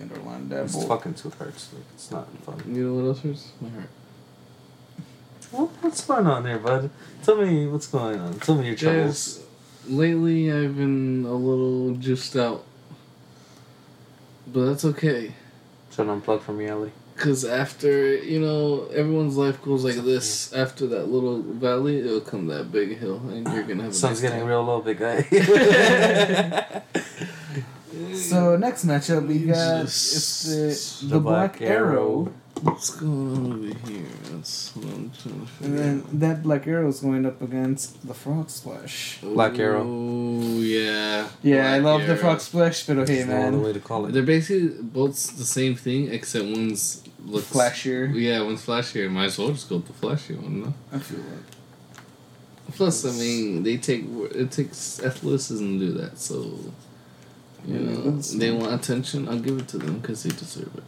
And Orlando Dab
It's
Bowl.
fucking two hearts. Like, it's not fun.
You know what else hurts? My heart.
What, what's going on there, bud? Tell me what's going on. Tell me your troubles.
Guys, lately I've been a little juiced out. But that's okay.
Trying to unplug from reality.
Because after, you know, everyone's life goes like this. After that little valley, it'll come that big hill, and you're going to have a
Sun's
nice
getting
time.
real low, big guy.
So next matchup we got it's
Jesus.
the, the, Black, Arrow.
What's going on over here? That's what I'm trying to
and
figure
then
out.
that Black Arrow is going up against the Frog Splash.
Black Arrow.
Oh, yeah.
Yeah, I
Black
love the
Arrow.
Frog Splash, but okay,
That's the only
man,
way to call it.
They're basically both the same thing, except one's looks
flashier.
Yeah, one's flashier. Might as well just go with the flashy one, no?
I feel like
Plus, I mean, they take it takes athleticism to do that, so you
Yeah,
know
that's-
they want attention. I'll give it to them because they deserve it.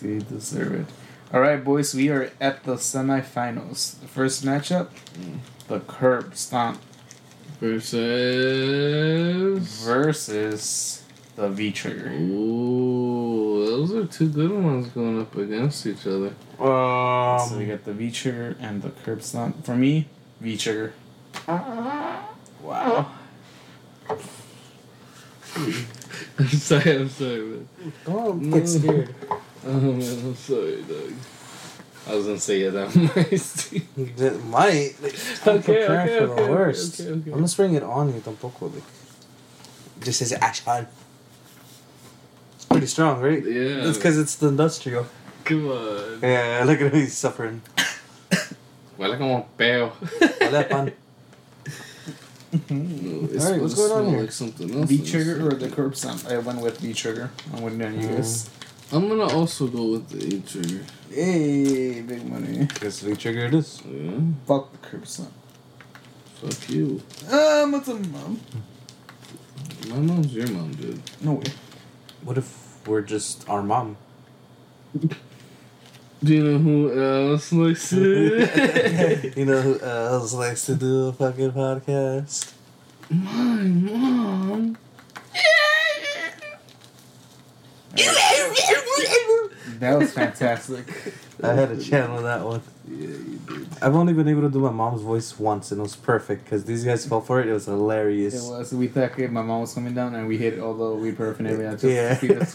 they deserve it. All right, boys, we are at the semifinals. The first matchup,
Mm.
the Curb Stomp
Versus.
versus the V Trigger.
Ooh, those are two good ones going up against each other.
Um,
so we got the V Trigger and the Curb Stomp. For me, V Trigger. Wow.
I'm sorry, I'm sorry, man.
Oh,
No. Oh man, I'm sorry, dog. I was gonna say yeah, that might.
That might. Like, I'm
Okay,
prepared
okay,
for the
okay,
worst.
okay, okay.
I'm just bringing it on you, tampoco. Like, just says Ashon. Pretty strong, right?
Yeah.
It's because it's the industrial.
Come on.
Yeah, look at him, he's suffering.
Huele como peo.
Hola, pan.
All
Alright, what's going on here?
Like something else
Mm-hmm. V
in
trigger
this
or the curb stomp? I went with V trigger. I went down you guys.
I'm gonna also go with the A trigger.
Hey, big money.
Guess we triggered this.
Yeah.
Fuck the curb stomp.
Fuck you.
Um, what's a mom?
My mom's your mom, dude.
No way.
What if we're just our mom?
Do you know who else likes it?
You know who else likes to do a fucking podcast?
My mom.
That was fantastic.
I had a channel that one. I've only been able to do my mom's voice once, and it was perfect because these guys fell for it. It was
It
hilarious.
was. We thought my mom was coming down, and we hit all the weed paraphernalia just
yeah,
to see this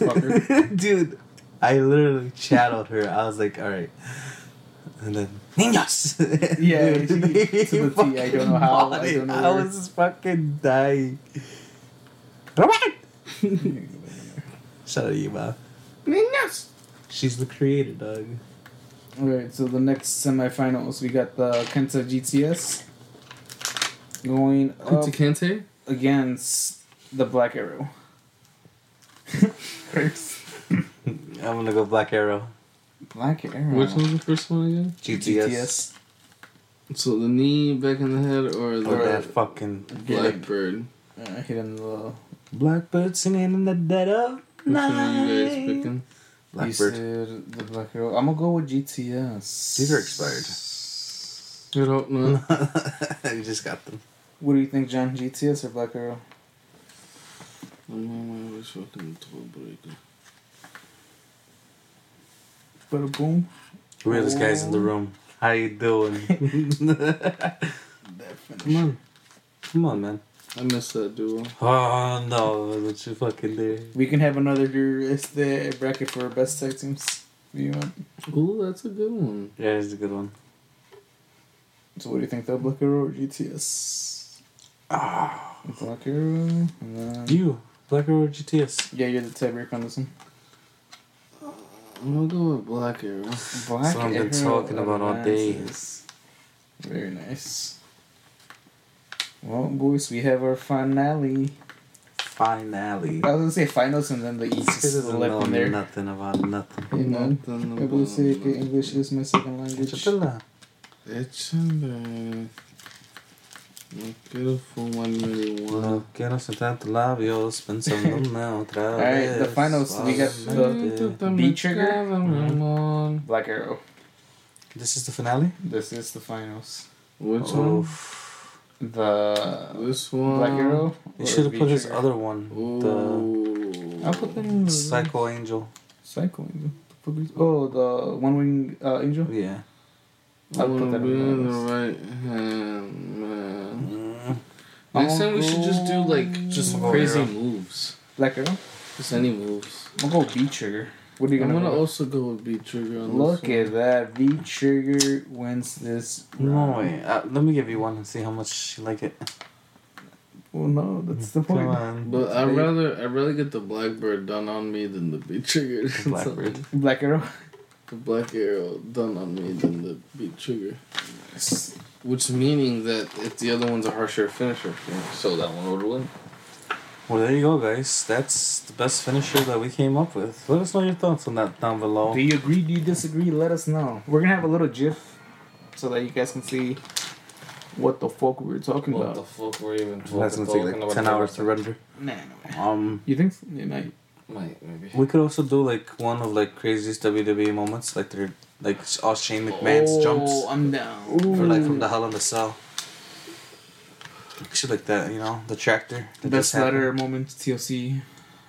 fucker.
dude, I literally channeled her. I was like, all right, and then niños.
Yeah,
Dude,
she-
they
to the T, I don't know
fucking
how, I
bought it.
don't know
I
where.
was fucking dying. Robert, shout out to you, ma. Niños. She's the creator, dog.
All right, so the next semifinals, we got the Kenta GTS going
Uh,
up
Kunta Kinte?
against the Black Arrow.
I'm gonna go Black Arrow.
Black Arrow.
Which one's the first one again?
GTS.
GTS.
So the knee back in the head or the
Or that fucking
blackbird?
Uh, hit him the
Blackbird singing in the dead of
Which one are you guys picking?
you said the Black Arrow. I'm gonna go with GTS.
These are expired.
I don't know.
you just got them.
What do you think, John? GTS or Black Arrow?
My mom always fucking toe breaker.
Bada boom.
Weirdest guys in the room. How you doing? Come on. Come on, man.
I miss that duo.
Oh, no. What you fucking do?
We can have another este bracket for best tag teams. If you want.
Ooh, that's a good one.
Yeah, it's a good one.
So what do you think, though? Black Arrow or GTS? Ah. Black Arrow. And then...
You, Black Arrow GTS.
Yeah, you're the tiebreaker on this one.
I'm gonna go with Black Arrow.
Black
what I've been talking about all day.
Advances. Very nice. Well, boys, we have our finale.
Finally.
I was gonna say finals and then the East
This
is
doesn't
left
know
in there.
nothing about nothing.
You know,
Nothing
I will
about
say
nothing.
que English is my second language.
It's in there. No quiero fumar marihuana.
No quiero sentar tus labios pensándome otra
All right,
vez.
the finals, we got the- Bee trigger?
Mhm.
Black Arrow.
This is the finale?
This is the finals.
Which one?
The
This one.
Oh, Black Arrow.
You
or
should have put his
V-Trigger?
other one.
Ooh.
I'll put them.
The Psycho Angel.
Psycho Angel. Oh, the one wing uh, angel.
Yeah.
I'll
I'll put that
be
in
in
the
the
list.
right hand, man.
Mm.
Next time we should just do like just
I'll go
crazy
Arrow.
moves.
Black Arrow.
Just any moves.
I'm gonna go B trigger. What are you
I'm
gonna?
gonna
go?
also go with B trigger on
Look
this
at that. V Trigger wins this.
No
round.
way. Uh, let me give you one and see how much you like it.
Well, no, that's the
Come
point.
on.
But I'd rather I'd rather get the blackbird done on me than the B trigger.
Blackbird.
Black Arrow.
the black arrow done on me than the B trigger. Which meaning that if the other one's a harsher finisher, so that one would win.
Well, there you go, guys. That's the best finisher that we came up with. Let us know your thoughts on that down below.
Do you agree? Do you disagree? Let us know. We're gonna have a little GIF so that you guys can see what the fuck we were talking
What the
about.
fuck were you even
That's
talking
gonna take like ten hours to render.
Nah, no way.
Um,
You think? So? Yeah, nah.
Might maybe.
we could also do like one of like craziest WWE moments, like their like all Shane McMahon's jumps,
Oh, I'm down.
or like from the Hell in the Cell. Shit like that, you know, the tractor. that just
Best
happened.
letter moments, TLC,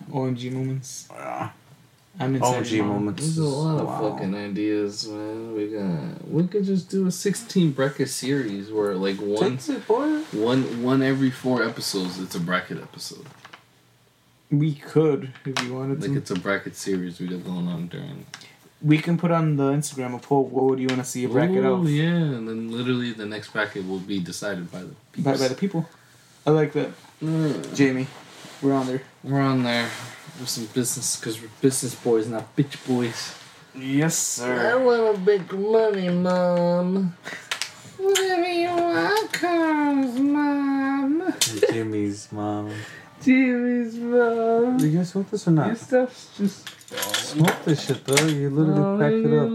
OMG moments.
Uh,
I'm inside.
OMG
your mom.
moments.
There's a lot of
Wow.
fucking ideas, man. We got we could just do a sixteen bracket series where like one
Takes it, boy.
one one every four episodes it's a bracket episode.
We could if you wanted
Mm-hmm.
Like
to.
it's a bracket series we got going on during
We can put on the Instagram a poll. What would you want to see a bracket
Oh
of?
yeah, and then literally the next bracket will be decided by the people.
by, by the people. I like that. Jamie, we're on there.
We're on there. We're some business because we're business boys, not bitch boys.
Yes, sir.
want to big money, mom. Whatever you want comes, mom.
Jimmy's mom.
Jimmy's mom.
Do you guys smoke this or not?
stuff's just
Smoke this shit, bro. You literally packed it up.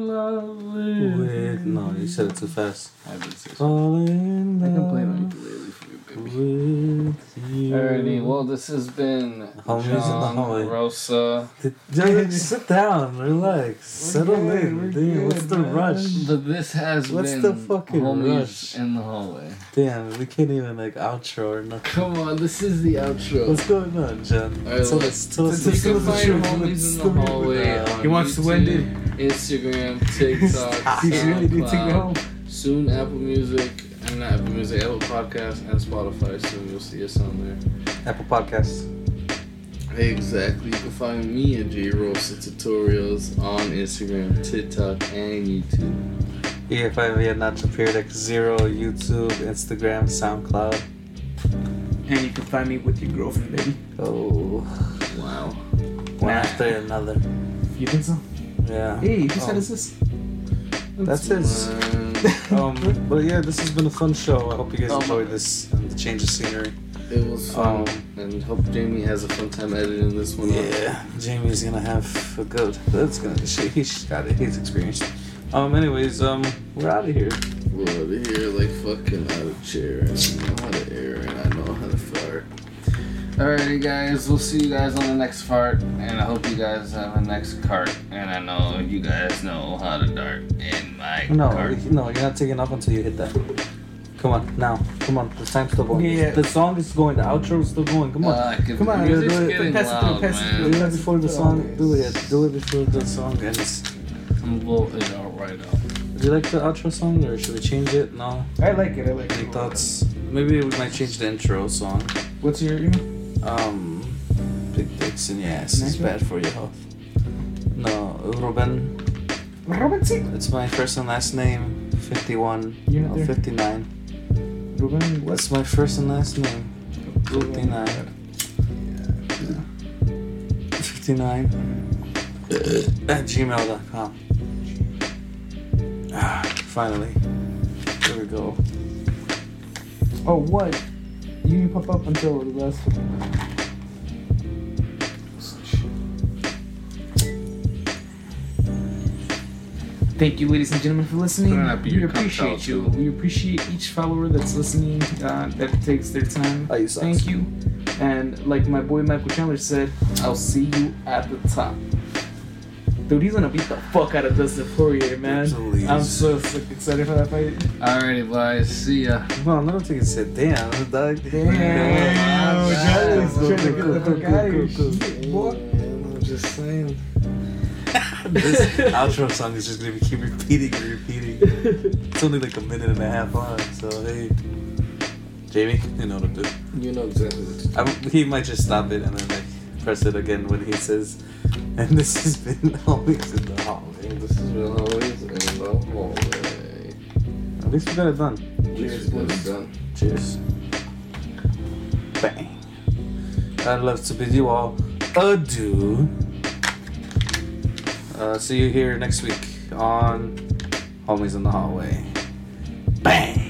With no, you said it too fast.
I did say so.
Falling in
I can play
love
my ukulele for you, baby.
with you.
Alrighty, well, Well, this has been
Homies in the
John
hallway.
Rosa.
Dude, sit down, relax, settle
good,
in,
we're
dude. what's
good,
the
man.
rush?
The, this has
What's
been
the fucking
Homies
rush?
in the Hallway.
Damn, we can't even like outro or nothing.
Come on, this is the outro.
What's going on, John?
Alright,
So
look,
let's tell us
you
the
can
truth.
find Homies in the Hallway on
He wants to
YouTube,
end it.
Instagram, TikTok,
uh,
He's ready to go home.
SoundCloud, soon Apple Music, and not Apple Music, Apple Podcasts, and Spotify. Soon you'll see us on there.
Apple Podcasts.
Exactly. You can find me and J Rosa Tutorials on Instagram, TikTok, and YouTube.
You can find me at Nacho Periodic Zero, YouTube, Instagram, SoundCloud.
And you can find me with your girlfriend, baby.
Oh,
Wow.
one after another.
You think so?
Yeah. Oh,
Hey, who side is this?
That's it.
Um,
Um, but yeah, this has been a fun show. I hope you guys enjoyed this and the change of scenery.
it was fun, and hope Jamie has a fun time editing this one. up.
Yeah, Jamie's gonna have a good. That's gonna. She, he's got it. He's experienced. Um. Anyways, um, we're out of here.
We're out of here like fucking out of chair. and I know how to air and I know how to fart. Alrighty, guys, we'll see you guys on the next fart, and I hope you guys have a next cart. And I know you guys know how to dart in my
No,
cart. Uh,
no, you're not taking off until you hit that. Come on, now. Come on. The time's still going.
Yeah.
The song is going. The outro is still going. Come on.
Fuck, if
come
the
on,
music's
do it.
getting
Pass it through,
loud,
pass it through.
man.
do it before the song. Do it. Do it before the song ends.
I'm blowing it out right now.
Do you like the outro song or should we change it? No.
I like it. I like
Any thoughts? Maybe we might change the intro song.
What's your email?
Um, big dicks in your ass is bad for your health. No, Ruben.
Robinson.
It's my first and last name. 51.
You're not
no,
there.
59.
Ruben.
What's my first and last name? 59. 59.
Uh.
At gmail.com. Ah, finally. Here we go.
Oh, what? You didn't pop up until the last one. Thank you, ladies and gentlemen, for listening.
Better not be
We
your cunt
appreciate
out,
you.
too.
We appreciate each follower that's listening, uh, that takes their time.
Oh, you sucks.
Thank you. And like my boy Michael Chandler said, I'll see you at the top. Dude, he's gonna beat the fuck out of Dustin Poirier, man.
Please.
I'm so sick- excited for that fight.
Alrighty, guys, see ya.
Well, no, I don't think it said damn. Dog.
Damn, Charlie's Oh, trying to get the fuck out of here. Shit, boy.
I'm just saying. this outro song is just gonna be keep repeating and repeating. It's only like a minute and a half long, so hey. Jamie, you know what to do.
You know exactly what to do.
I'm, he might just stop it and then like press it again when he says, and this has been always in the hallway.
This has been always in the hallway.
At least we got it done.
Cheers, done.
Cheers. Bang. I'd love to bid you all adieu. Uh, see you here next week on Homies in the Hallway. Bang!